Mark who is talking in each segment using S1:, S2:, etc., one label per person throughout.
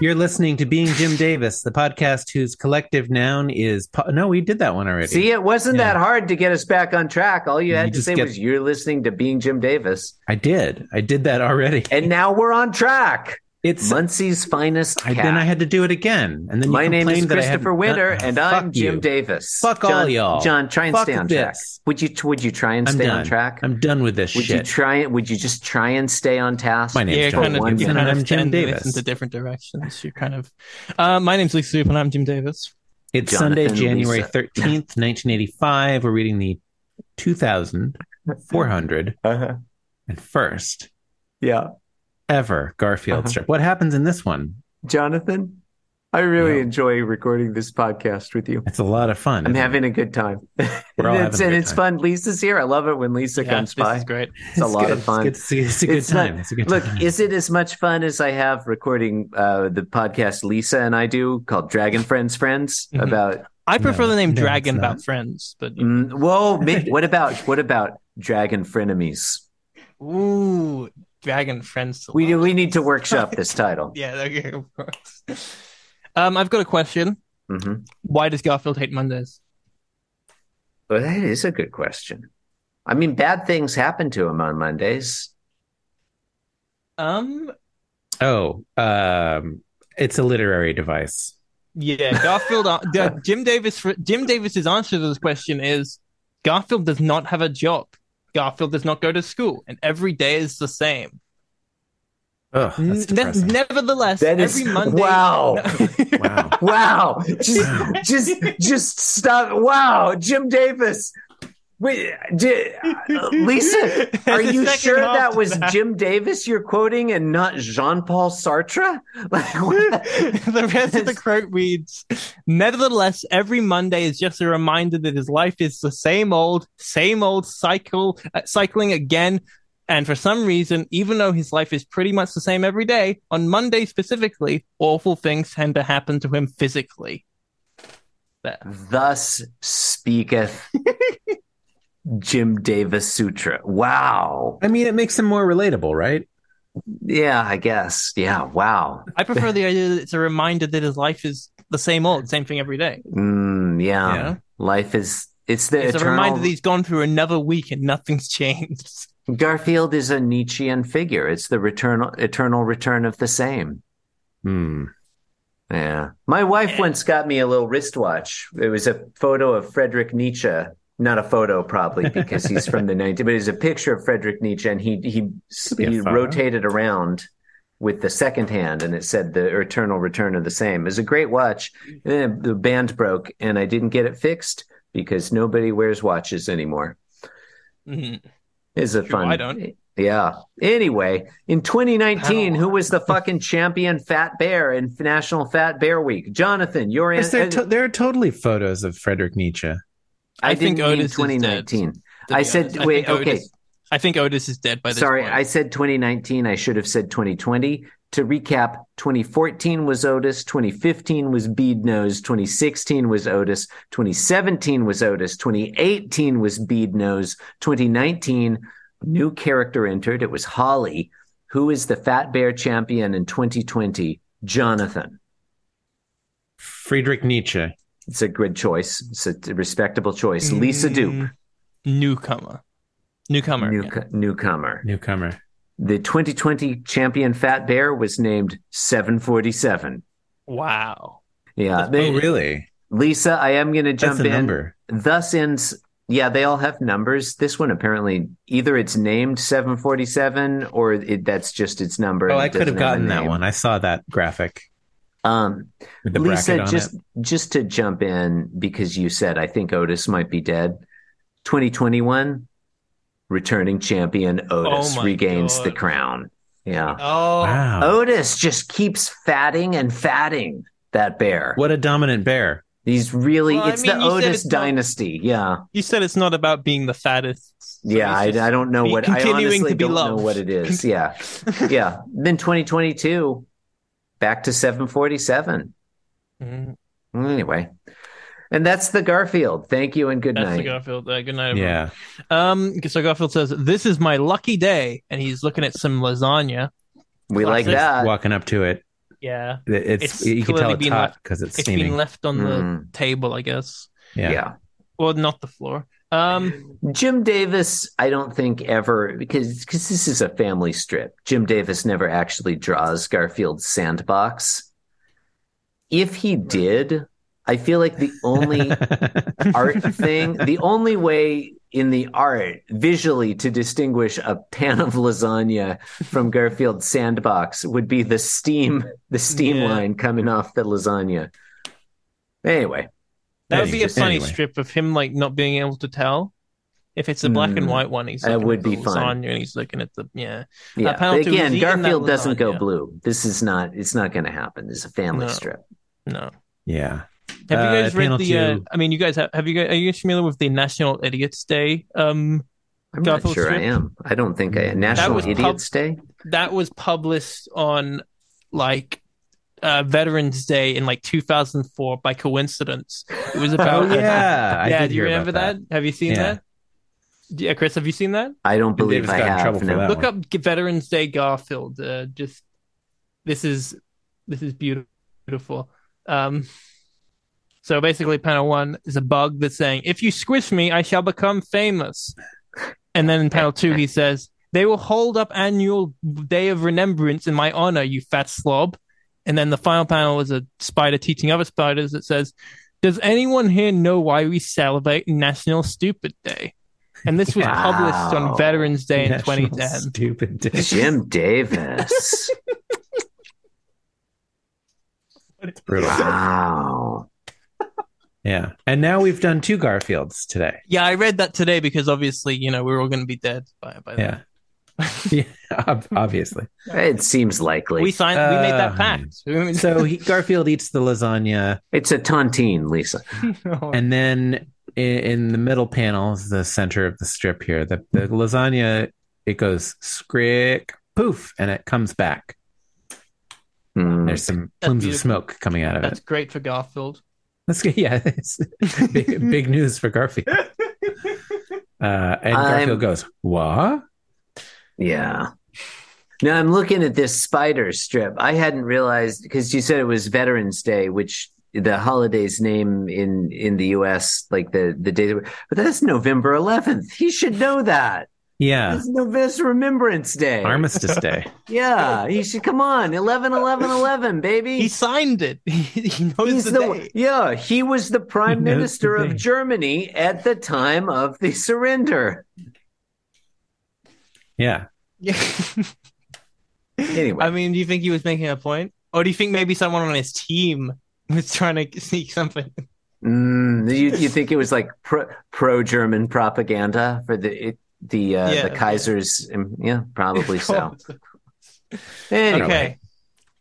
S1: You're listening to Being Jim Davis, the podcast whose collective noun is. Po- no, we did that one already.
S2: See, it wasn't
S1: Yeah.
S2: that hard to get us back on track. All you
S1: You
S2: had to
S1: just
S2: say
S1: get-
S2: was you're listening to Being Jim Davis.
S1: I did. I did that already.
S2: And now we're on track.
S1: It's.
S2: Muncie's finest
S1: I,
S2: cat.
S1: then I had to do it again, and then you
S2: My name is
S1: complained that I hadn't
S2: Christopher
S1: done-
S2: Winter,
S1: Oh,
S2: and I'm
S1: fuck
S2: Jim
S1: you.
S2: Davis.
S1: Fuck
S2: John,
S1: all y'all.
S2: John, try and
S1: Fuck
S2: stay on track.
S1: this.
S2: Would you Would you try and
S1: I'm
S2: stay
S1: done.
S2: on track?
S1: I'm done with this
S2: would you
S1: shit.
S2: try and Would you just try and stay on task?
S1: My name's
S2: for
S1: Yeah,
S3: you're kind
S1: John
S3: of,
S2: one
S3: you
S1: Wilson, and
S3: kind of
S1: I'm Jim
S3: standing
S1: Davis.
S3: into different directions. You're kind of. Uh, my name's Luke Soup, and I'm Jim Davis.
S1: It's
S2: Jonathan
S1: Sunday, January
S2: Lisa.
S1: 13th, 1985. We're reading the 2,400
S2: Uh-huh.
S1: and first
S2: Yeah,
S1: ever Garfield
S2: Uh-huh.
S1: strip. What happens in this one?
S2: Jonathan, I really
S1: Yeah.
S2: enjoy recording this podcast with you.
S1: It's a lot of fun.
S2: I'm
S1: isn't it?
S2: having a good time.
S1: We're all having
S2: and it's,
S1: a
S2: and
S1: good
S2: it's
S1: time.
S2: fun. Lisa's here. I love it when Lisa
S3: Yeah,
S2: comes
S3: this
S2: by.
S3: is great.
S2: It's a lot
S1: good.
S2: of fun.
S1: It's, good. it's a good
S2: It's not-
S1: time. it's a good
S2: Look,
S1: time.
S2: is it as much fun as I have recording uh, the podcast Lisa and I do called Dragon Friends Friends
S3: Mhm.
S2: about
S3: I prefer
S1: No,
S3: the name
S1: no,
S3: Dragon
S1: it's not.
S3: about friends, but
S2: mm, whoa, mi- what about what about Dragon Frenemies?
S3: ooh, Dragon friends. to
S2: Mm. We
S3: love.
S2: we need to workshop this title.
S3: Yeah, okay, of course. Um, I've got a question.
S2: hmm
S3: Why does Garfield hate Mondays?
S2: Well, that is a good question. I mean, bad things happen to him on Mondays.
S3: Um,
S1: oh, um, it's a literary device.
S3: yeah, Garfield. uh, Jim Davis. Jim Davis's answer to this question is Garfield does not have a job. Garfield does not go to school, and every day is the same.
S1: Ugh, that's
S3: N- ne-
S1: depressing.
S3: nevertheless,
S2: That is
S3: every Monday.
S2: wow.
S1: wow.
S2: Wow. Just,
S1: Wow.
S2: just, just stop. Wow. Jim Davis. Wait, di- uh, Lisa, are
S3: The
S2: you
S3: second
S2: sure
S3: half
S2: that
S3: to
S2: was
S3: that.
S2: Jim Davis you're quoting and not Jean Paul Sartre? Like, what?
S3: the rest of the quote reads Nevertheless, every Monday is just a reminder that his life is the same old, same old cycle, uh, cycling again. And for some reason, even though his life is pretty much the same every day, on Monday specifically, awful things tend to happen to him physically. There.
S2: Thus speaketh Jim Davis Sutra. Wow.
S1: I mean, it makes him more relatable, right?
S2: Yeah, I guess. Yeah. Wow.
S3: I prefer the idea that it's a reminder that his life is the same old, same thing every day.
S2: Mm, yeah.
S3: Yeah.
S2: Life is, it's the
S3: It's a
S2: eternal.
S3: reminder that he's gone through another week and nothing's changed.
S2: Garfield is a Nietzschean figure. It's the return, eternal return of the same.
S1: Hmm.
S2: Yeah. My wife once got me a little wristwatch. It was a photo of Frederick Nietzsche. Not a photo, probably because he's from the 90s, but it was a picture of Frederick Nietzsche, and he he
S1: be a
S2: he
S1: photo.
S2: rotated around with the second hand, and it said the eternal return of the same. It was a great watch. And then the band broke, and I didn't get it fixed because nobody wears watches anymore. Mm-hmm.
S3: Mhm.
S2: It's a
S3: Sure,
S2: fun.
S3: I don't.
S2: Yeah. Anyway, in 2019,
S3: How-
S2: who was the fucking champion fat bear in National Fat Bear Week? Jonathan, your
S1: Yes,
S2: answer.
S1: there, to- there are totally photos of Frederick Nietzsche.
S2: I,
S3: I
S2: didn't
S3: think
S2: mean
S3: Otis is dead.
S2: 2019.
S3: to
S2: I
S3: be
S2: said-
S3: honest. I
S2: wait,
S3: think
S2: okay.
S3: Otis- I think Otis is dead by this
S2: Sorry,
S3: point.
S2: I said 2019. I should have said 2020. To recap, 2014 was Otis, 2015 was Bead Nose, 2016 was Otis, 2017 was Otis, 2018 was Bead Nose, 2019, new character entered. It was Holly. Who is the Fat Bear champion in 2020? Jonathan.
S1: Friedrich Nietzsche.
S2: It's a good choice. It's a respectable choice. Lisa Dupe,
S3: Mm, Newcomer. Newcomer.
S2: new,
S3: yeah.
S2: newcomer.
S1: Newcomer.
S2: The 2020 champion Fat Bear was named 747.
S3: Wow.
S2: Yeah.
S3: That's
S2: they-
S1: oh, really?
S2: Lisa, I am going to
S1: That's
S2: jump
S1: a
S2: in.
S1: number.
S2: Thus ends. Yeah, they all have numbers. This one apparently either it's named 747 or it, that's just its number.
S1: Oh,
S2: and it
S1: I could have
S2: doesn't a
S1: gotten that
S2: name.
S1: one. I saw that graphic
S2: Um,
S1: with the
S2: Lisa,
S1: bracket on
S2: just
S1: it.
S2: just to jump in because you said I think Otis might be dead. 2021, returning champion Otis
S3: my
S2: regains the
S3: God.
S2: crown. Yeah.
S3: Oh.
S1: Oh Wow.
S2: Otis just keeps fatting and fatting that bear.
S1: What a dominant bear.
S2: He's really,
S3: Well, I
S2: it's
S3: mean,
S2: the
S3: you said
S2: Otis
S3: it's not-
S2: dynasty. Yeah.
S3: You said it's not about being the fattest. so
S2: yeah.
S3: it's
S2: I,
S3: just-
S2: I don't know
S3: be-
S2: what, I
S3: continuing
S2: honestly
S3: to be
S2: don't know
S3: loved.
S2: what it is. Yeah. yeah. Then 2022, back to 747.
S3: Mm,
S2: Anyway. And that's the Garfield. Thank you and good
S3: That's the
S2: night.
S3: Garfield. Uh, good night. everyone.
S1: Yeah.
S3: Um. So Garfield says, "This is my lucky day," and he's looking at some lasagna.
S2: we like
S3: Classic.
S2: that.
S1: Walking up to it.
S3: Yeah,
S1: It's,
S3: Uh, It's
S1: you can tell
S3: clearly
S1: it's
S3: been
S1: hot
S3: left-
S1: because it's
S3: it's
S1: steaming.
S3: been left on
S2: Mm,
S3: the table, I guess,
S1: yeah.
S2: yeah.
S3: or not the floor. Um,
S2: Jim Davis, I don't think ever because because this is a family strip. Jim Davis never actually draws Garfield's sandbox. If he did, I feel like the only art thing, the only way in the art visually to distinguish a pan of lasagna from Garfield's sandbox would be the steam, the steam
S3: Yeah.
S2: line coming off the lasagna. Anyway,
S3: that would
S1: Anyway,
S3: be a funny
S1: anyway.
S3: strip of him like not being able to tell. If it's a black and
S2: Mm,
S3: white one, he's
S2: that
S3: looking
S2: would
S3: at the
S2: be fun.
S3: lasagna and he's looking at the yeah.
S2: yeah.
S3: panel
S2: But
S3: two was
S2: again,
S3: eating that
S2: Garfield doesn't go
S3: lasagna.
S2: blue. This is not. It's not going to happen. This is a family
S3: No.
S2: strip.
S3: No,
S1: yeah.
S3: have you
S1: Uh,
S3: guys read
S1: panel
S3: the? Uh,
S1: two.
S3: I mean, you guys have, have you guys are you guys familiar with the National Idiots Day? Um,
S2: I'm
S3: Garfield
S2: not sure
S3: strip? Mm.
S2: I am. I don't think I
S1: That
S2: National
S1: was pub-
S2: Idiots Day.
S3: that was published on like uh, Veterans Day in like 2004 by coincidence. It was about
S1: Oh yeah. I
S3: yeah.
S1: did
S3: Do you
S1: hear about
S3: remember that. Have you seen
S1: Yeah.
S3: that? Yeah, Chris, have you seen that?
S2: I don't believe
S1: Davis
S2: I
S1: got in trouble
S2: have.
S1: for
S2: No.
S1: that.
S3: Look up Veterans Day Garfield. Uh, just this is this is beautiful. Um, so basically, panel one is a bug that's saying, "If you squish me, I shall become famous." And then in panel two, he says, "They will hold up annual day of remembrance in my honor, you fat slob." And then the final panel is a spider teaching other spiders that says, "Does anyone here know why we celebrate National Stupid Day?" And this was published
S2: Wow.
S3: on Veterans Day in
S1: National
S3: 2010.
S1: Stupid day.
S2: Jim Davis.
S1: It's brutal.
S2: wow.
S1: Yeah. And now we've done two Garfields today.
S3: Yeah, I read that today because obviously, you know, we're all going to be dead by, by then.
S1: Yeah. yeah, ob- obviously.
S2: It seems likely.
S3: We signed, we made that
S1: Uh,
S3: pact. We-
S1: So he, Garfield eats the lasagna,
S2: It's a tontine, Lisa.
S1: and uh, then in, in the middle panel, is the center of the strip here, the, the lasagna it goes skrick poof, and it comes back.
S2: Mm.
S1: There's some
S3: That's
S1: plumes of
S3: beautiful.
S1: smoke coming out of
S3: that's
S1: it.
S3: great for Garfield.
S1: That's good. Yeah, it's big, big news for Garfield. Uh, and Garfield
S2: I'm-
S1: goes, "What?"
S2: Yeah. Now I'm looking at this spider strip. I hadn't realized because you said it was Veterans Day, which the holiday's name in in the U.S. like the the day, but that's November 11th. He should know that.
S1: Yeah,
S2: That's November that's Remembrance Day.
S1: Armistice Day.
S2: yeah, he should come on 11 11 11, baby.
S3: He signed it. he knows
S2: He's
S3: the,
S2: the
S3: day.
S2: yeah. He was the prime
S1: He knows the
S2: minister of
S1: day.
S2: Germany at the time of the surrender.
S1: Yeah,
S3: Yeah.
S2: Anyway,
S3: I mean, do you think he was making a point? Or do you think maybe someone on his team was trying to sneak something?
S2: Mm, you you think it was like pro pro German propaganda for the it, the uh,
S3: Yeah.
S2: the Kaiser's? um, Yeah, probably so.
S3: Okay.
S2: Anyway,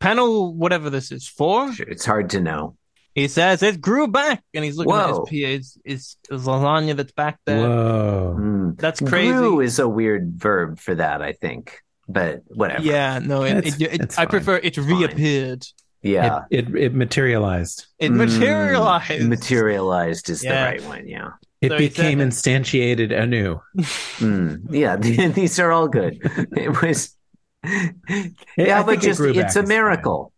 S3: Panel, whatever this is for,
S2: sure, it's hard to know.
S3: he says it grew back. And he's looking
S2: Whoa.
S3: at his PA's his, his lasagna that's back there.
S1: whoa,
S2: Mm.
S3: That's crazy.
S2: Grew is a weird verb for that, I think. But whatever. Yeah,
S3: Yeah, no, it,
S1: That's-
S3: it, it-
S1: that's
S3: I
S1: fine.
S3: prefer it reappeared.
S1: It, it it materialized.
S3: It
S2: Mm,
S3: materialized.
S2: materialized is
S3: Yeah.
S2: the right one. Yeah.
S1: It
S3: So he said
S1: became
S3: that-
S1: instantiated anew.
S2: Mm. Yeah. These are all good. It was. Yeah,
S1: I
S2: but
S1: think it
S2: just
S1: grew back
S2: it's a
S1: is fine.
S2: miracle.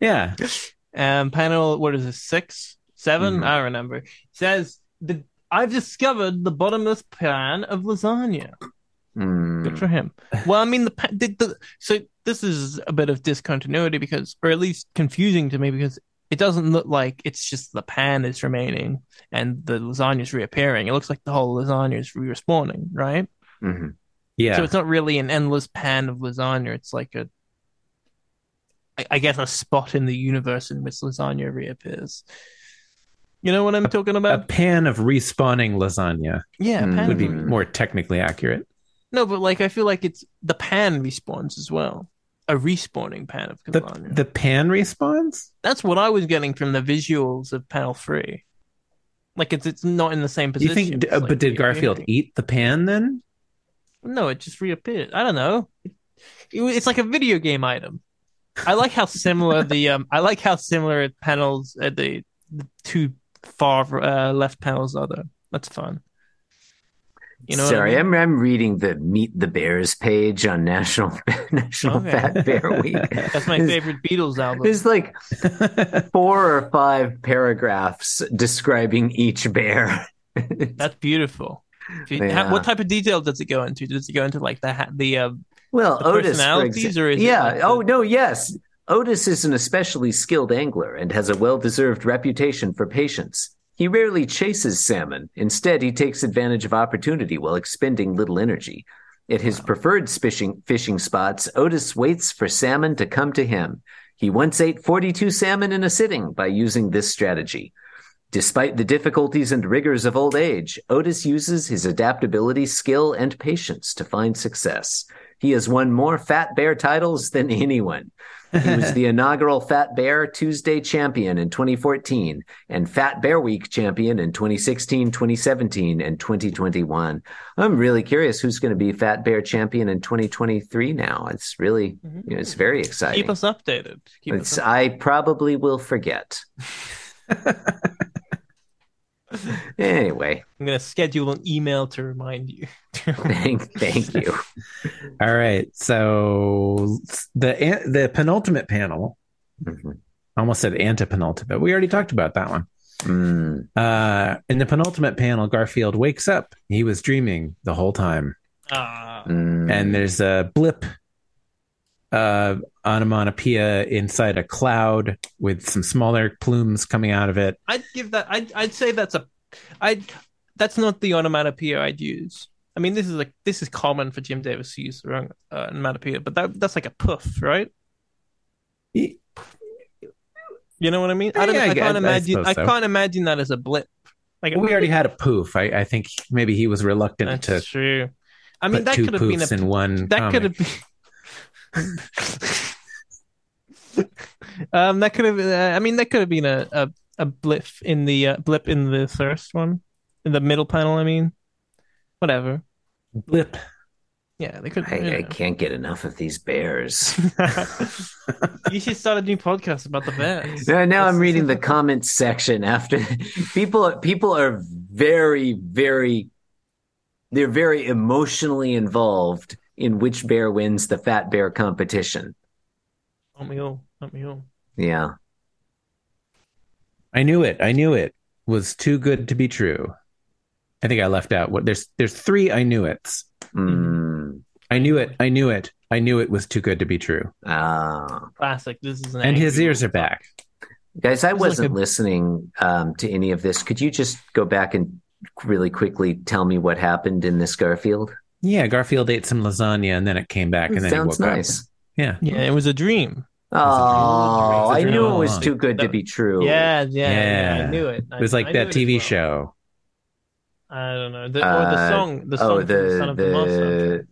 S1: Yeah,
S3: um, panel, what is it, six, seven?
S2: Mhm.
S3: I remember. Says the I've discovered the bottomless pan of lasagna.
S2: Mm.
S3: Good for him. Well, I mean, the, pa- the, the so this is a bit of discontinuity because, or at least confusing to me because it doesn't look like it's just the pan is remaining and the lasagna's reappearing. It looks like the whole lasagna is respawning, right?
S2: Mhm.
S1: yeah.
S3: So it's not really an endless pan of lasagna. It's like a, I, I guess, a spot in the universe in which lasagna reappears. You know what I'm talking
S1: a
S3: about?
S1: pan of respawning lasagna
S3: yeah,
S2: Mm.
S3: pan
S1: would be
S3: of-
S2: Mm.
S1: more technically accurate.
S3: no, but like I feel like it's the pan respawns as well. A respawning pan of
S1: The
S3: lasagna.
S1: the pan respawns.
S3: That's what I was getting from the visuals of panel three. Like it's it's not in the same
S1: You
S3: position.
S1: think?
S3: It's
S1: uh,
S3: like
S1: but did Garfield
S3: reappearing.
S1: eat the pan then?
S3: No, it just reappeared. I don't know. It, it, it's like a video game item. I like how similar the um. I like how similar panels uh, the, the two far uh, left panels are. Though that's fun. You know, what I
S2: Sorry,
S3: mean?
S2: I'm I'm reading the Meet the Bears page on National National
S3: Okay.
S2: Fat Bear Week.
S3: that's my
S2: There's-
S3: favorite Beatles album.
S2: There's like four or five paragraphs describing each bear.
S3: That's beautiful. If you-
S2: Yeah.
S3: What type of detail does it go into? Does it go into like the ha- the uh,
S2: Well,
S3: The
S2: Otis, for
S3: personalities,
S2: exa-
S3: or is it
S2: yeah.
S3: like the-
S2: oh no, yes. Otis is an especially skilled angler and has a well-deserved reputation for patience. He rarely chases salmon. Instead, he takes advantage of opportunity while expending little energy. At his preferred fishing fishing spots, Otis waits for salmon to come to him. He once ate 42 salmon in a sitting by using this strategy. Despite the difficulties and rigors of old age, Otis uses his adaptability, skill, and patience to find success. He has won more Fat Bear titles than anyone. He was the inaugural Fat Bear Tuesday champion in 2014 and Fat Bear Week champion in 2016, 2017, and 2021. I'm really curious who's going to be Fat Bear champion in 2023 now. It's really, you know, it's very exciting.
S3: keep us updated? Keep us
S2: It's, I probably will forget. anyway,
S3: I'm going to schedule an email to remind you.
S2: thank, thank you.
S1: All right. So the the penultimate panel,
S2: Mhm.
S1: I almost said antepenultimate. We already talked about that one.
S2: Mm.
S1: Uh, in the penultimate panel, Garfield wakes up. He was dreaming the whole time,
S3: Ah,
S2: Mm.
S1: and there's a blip, uh, onomatopoeia inside a cloud with some smaller plumes coming out of it.
S3: I'd give that. I'd I'd say that's a. I. That's not the onomatopoeia I'd use. I mean, this is like this is common for Jim Davis to use the wrong uh, onomatopoeia, but that that's like a poof, right?
S1: Y-
S3: You know what I mean? I don't.
S1: Yeah,
S3: know.
S1: I
S3: I,
S1: guess-
S3: can't
S1: I
S3: imagine. I,
S1: suppose so.
S3: can't imagine that as a blip. Like
S1: We already had a poof. I, I think maybe he was reluctant
S3: that's
S1: to
S3: true. I
S1: put
S3: mean, that
S1: two
S3: could have been
S1: poofs
S3: a
S1: in one.
S3: that could
S1: comic.
S3: have been. um, that could have. Uh, I mean, that could have been a, a, a blip in the uh, blip in the first one, in the middle panel. I mean, whatever.
S1: blip.
S3: Yeah, they could.
S2: I, I can't get enough of these bears.
S3: you should start a new podcast about the bears.
S2: Now, now I'm
S3: This-
S2: reading the comments section after people people are very very they're very emotionally involved in which bear wins the fat bear competition.
S3: Not me all. Not me all.
S2: Yeah.
S1: I knew it. I knew it was too good to be true. I think I left out what there's there's three I knew it's.
S3: Mm-hmm.
S2: Mm.
S1: I knew it. I knew it. I knew it was too good to be true.
S2: Ah.
S3: Classic. This is an
S1: And his
S3: angry
S1: ears are
S3: old
S1: back.
S2: Guys, I
S3: It's like
S2: wasn't
S3: a-
S2: listening um, to any of this. Could you just go back and really quickly tell me what happened in this Garfield?
S1: Yeah, Garfield ate some lasagna and then it came back and then
S2: Sounds
S1: he woke
S2: nice.
S1: up. Yeah.
S3: talk. Yeah, it was a dream.
S2: Oh, I
S1: It's a
S2: knew it was
S1: dream.
S2: too good to be true.
S3: Yeah, yeah, yeah.
S1: Yeah.
S3: I knew it.
S1: It was like that TV show.
S3: I don't know. The, or the
S2: Uh,
S3: song. The song
S2: Oh,
S3: from the, Son
S2: the
S3: of the, Monster.
S2: the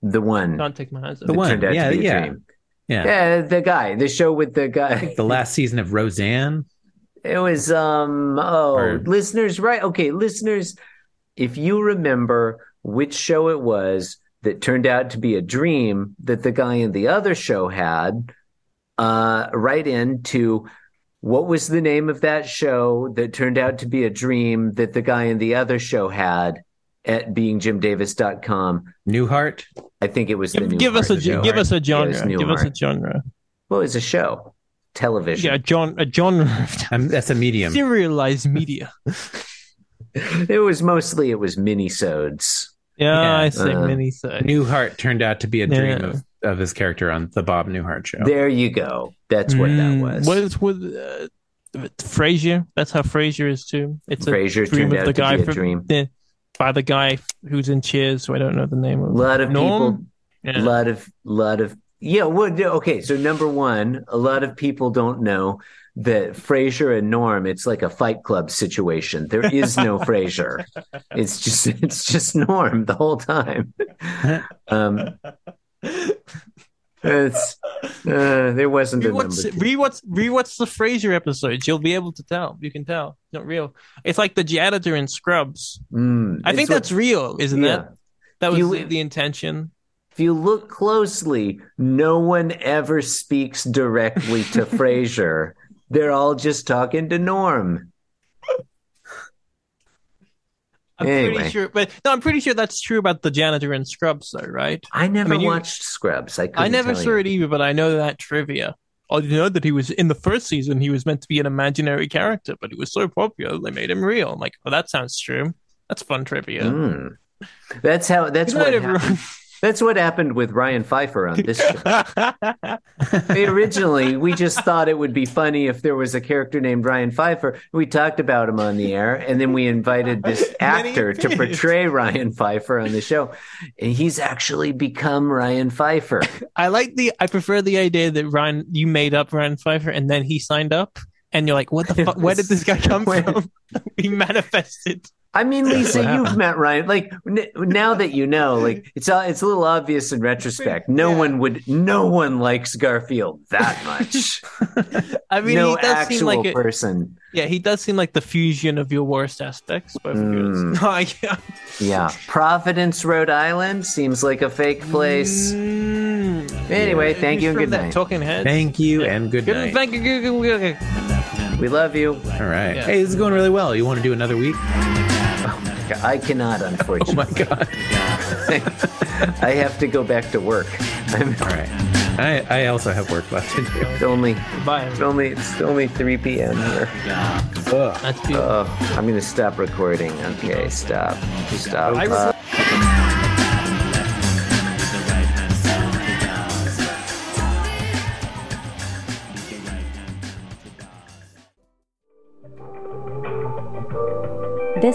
S2: the one.
S3: Can't take my eyes off
S1: The
S3: it.
S1: one.
S2: turned out
S1: Yeah,
S2: to be a
S1: yeah.
S2: dream.
S1: Yeah.
S2: Yeah, the guy, the show with the guy.
S1: The last season of Roseanne.
S2: It was um oh,
S1: Or-
S2: listeners, right? Okay, listeners, if you remember which show it was that turned out to be a dream that the guy in the other show had, uh write in to what was the name of that show that turned out to be a dream that the guy in the other show had at beingjimdavis.com.
S1: Newhart.
S2: I think it was the
S3: Give,
S2: new
S3: give us a
S2: Heart
S1: Newhart.
S3: ge-
S2: Show.
S3: give us a genre.
S2: it's Newhart.
S3: give us a genre.
S2: Well, it's a show. Television.
S3: Yeah, a gen- a genre of
S1: Um, that's a medium.
S3: serialized media.
S2: It was mostly it was minisodes.
S3: Yeah,
S1: Yeah,
S3: I say
S2: uh,
S3: many so.
S1: Newhart turned out to be a dream
S3: Yeah.
S1: of, of his character on the Bob Newhart show.
S2: There you go. That's what that
S3: Mm,
S2: was.
S3: What is with uh, Frasier? That's how Frasier is too. It's a,
S2: Frasier
S3: dream
S2: turned
S3: of
S2: out
S3: the guy
S2: to be a
S3: from-
S2: dream.
S3: the- by the guy who's in Cheers, who I don't know the name
S2: A
S3: of.
S2: lot of
S3: Norm?
S2: people,
S3: Yeah.
S2: a lot of, lot of, yeah. Well, no, okay. So number one, a lot of people don't know that Frasier and Norm. It's like a Fight Club situation. There is no Frasier. It's just, it's just Norm the whole time. Um, it's uh, there wasn't a number.
S3: Rewatch,
S2: two.
S3: rewatch, rewatch the Frasier episodes. You'll be able to tell. You can tell. It's not real. It's like the janitor in Scrubs.
S2: Mm,
S3: I
S2: it's
S3: think
S2: what-
S3: that's real, isn't
S2: yeah.
S3: it? That was
S2: You-
S3: the, the intention.
S2: If you look closely, no one ever speaks directly to Frasier. They're all just talking to Norm.
S3: I'm
S2: Anyway.
S3: pretty sure, but no, I'm pretty sure that's true about the janitor in Scrubs, though, right?
S2: I never
S3: mean, you-
S2: watched Scrubs. I couldn't
S3: I never
S2: tell
S3: saw
S2: you.
S3: it either, but I know that trivia. I didn't know that he was in the first season. He was meant to be an imaginary character, but he was so popular they made him real. I'm like, oh, that sounds true. That's fun trivia.
S2: Mm. That's how. That's
S3: Good night,
S2: what. Happened. That's what happened with Ryan Pfeiffer on this show. Mm.
S3: everyone.
S2: I mean, originally we just thought it would be funny if there was a character named Ryan Pfeiffer. We talked about him on the air, and then we invited this
S3: And then he
S2: actor to
S3: appeared.
S2: portray Ryan Pfeiffer on the show, and he's actually become Ryan Pfeiffer.
S3: I like the. I prefer the idea that Ryan, you made up Ryan Pfeiffer, and then he signed up, and you're like, what the fuck? Where did this guy come
S2: Where-
S3: from? he manifested.
S2: I mean, Lisa,
S1: Wow.
S2: you've met Ryan. Like n- now that you know, like it's all, it's a little obvious in retrospect. No
S3: Yeah.
S2: one would. No one likes Garfield that much.
S3: I mean,
S2: no
S3: he does
S2: actual
S3: seem like a,
S2: person.
S3: yeah, he does seem like the fusion of your worst aspects. Both of yours. Oh,
S2: Mm.
S3: No, I can't.
S2: Yeah, Providence, Rhode Island seems like a fake place.
S3: Mm.
S2: Anyway, thank
S3: He's
S2: you and
S3: from
S2: good
S3: that
S2: night.
S3: Talking Heads.
S1: Thank you and good
S3: Good-
S1: night.
S3: Thank you. good- good- good- good. Mm.
S2: We love you.
S1: All right.
S3: Yeah.
S1: Hey, this is going really well. You want to do another week?
S2: I cannot,
S1: Oh my
S2: unfortunately.
S1: god.
S2: I have to go back to work. I'm,
S1: All right. I, I also have work left to do.
S2: it's only
S3: Bye.
S2: it's
S3: everyone.
S2: only it's only 3 p.m. here.
S1: Ugh.
S3: That's beautiful.
S2: Oh, I'm gonna stop recording. Okay, stop, stop.
S3: I was-
S2: Uh,
S4: This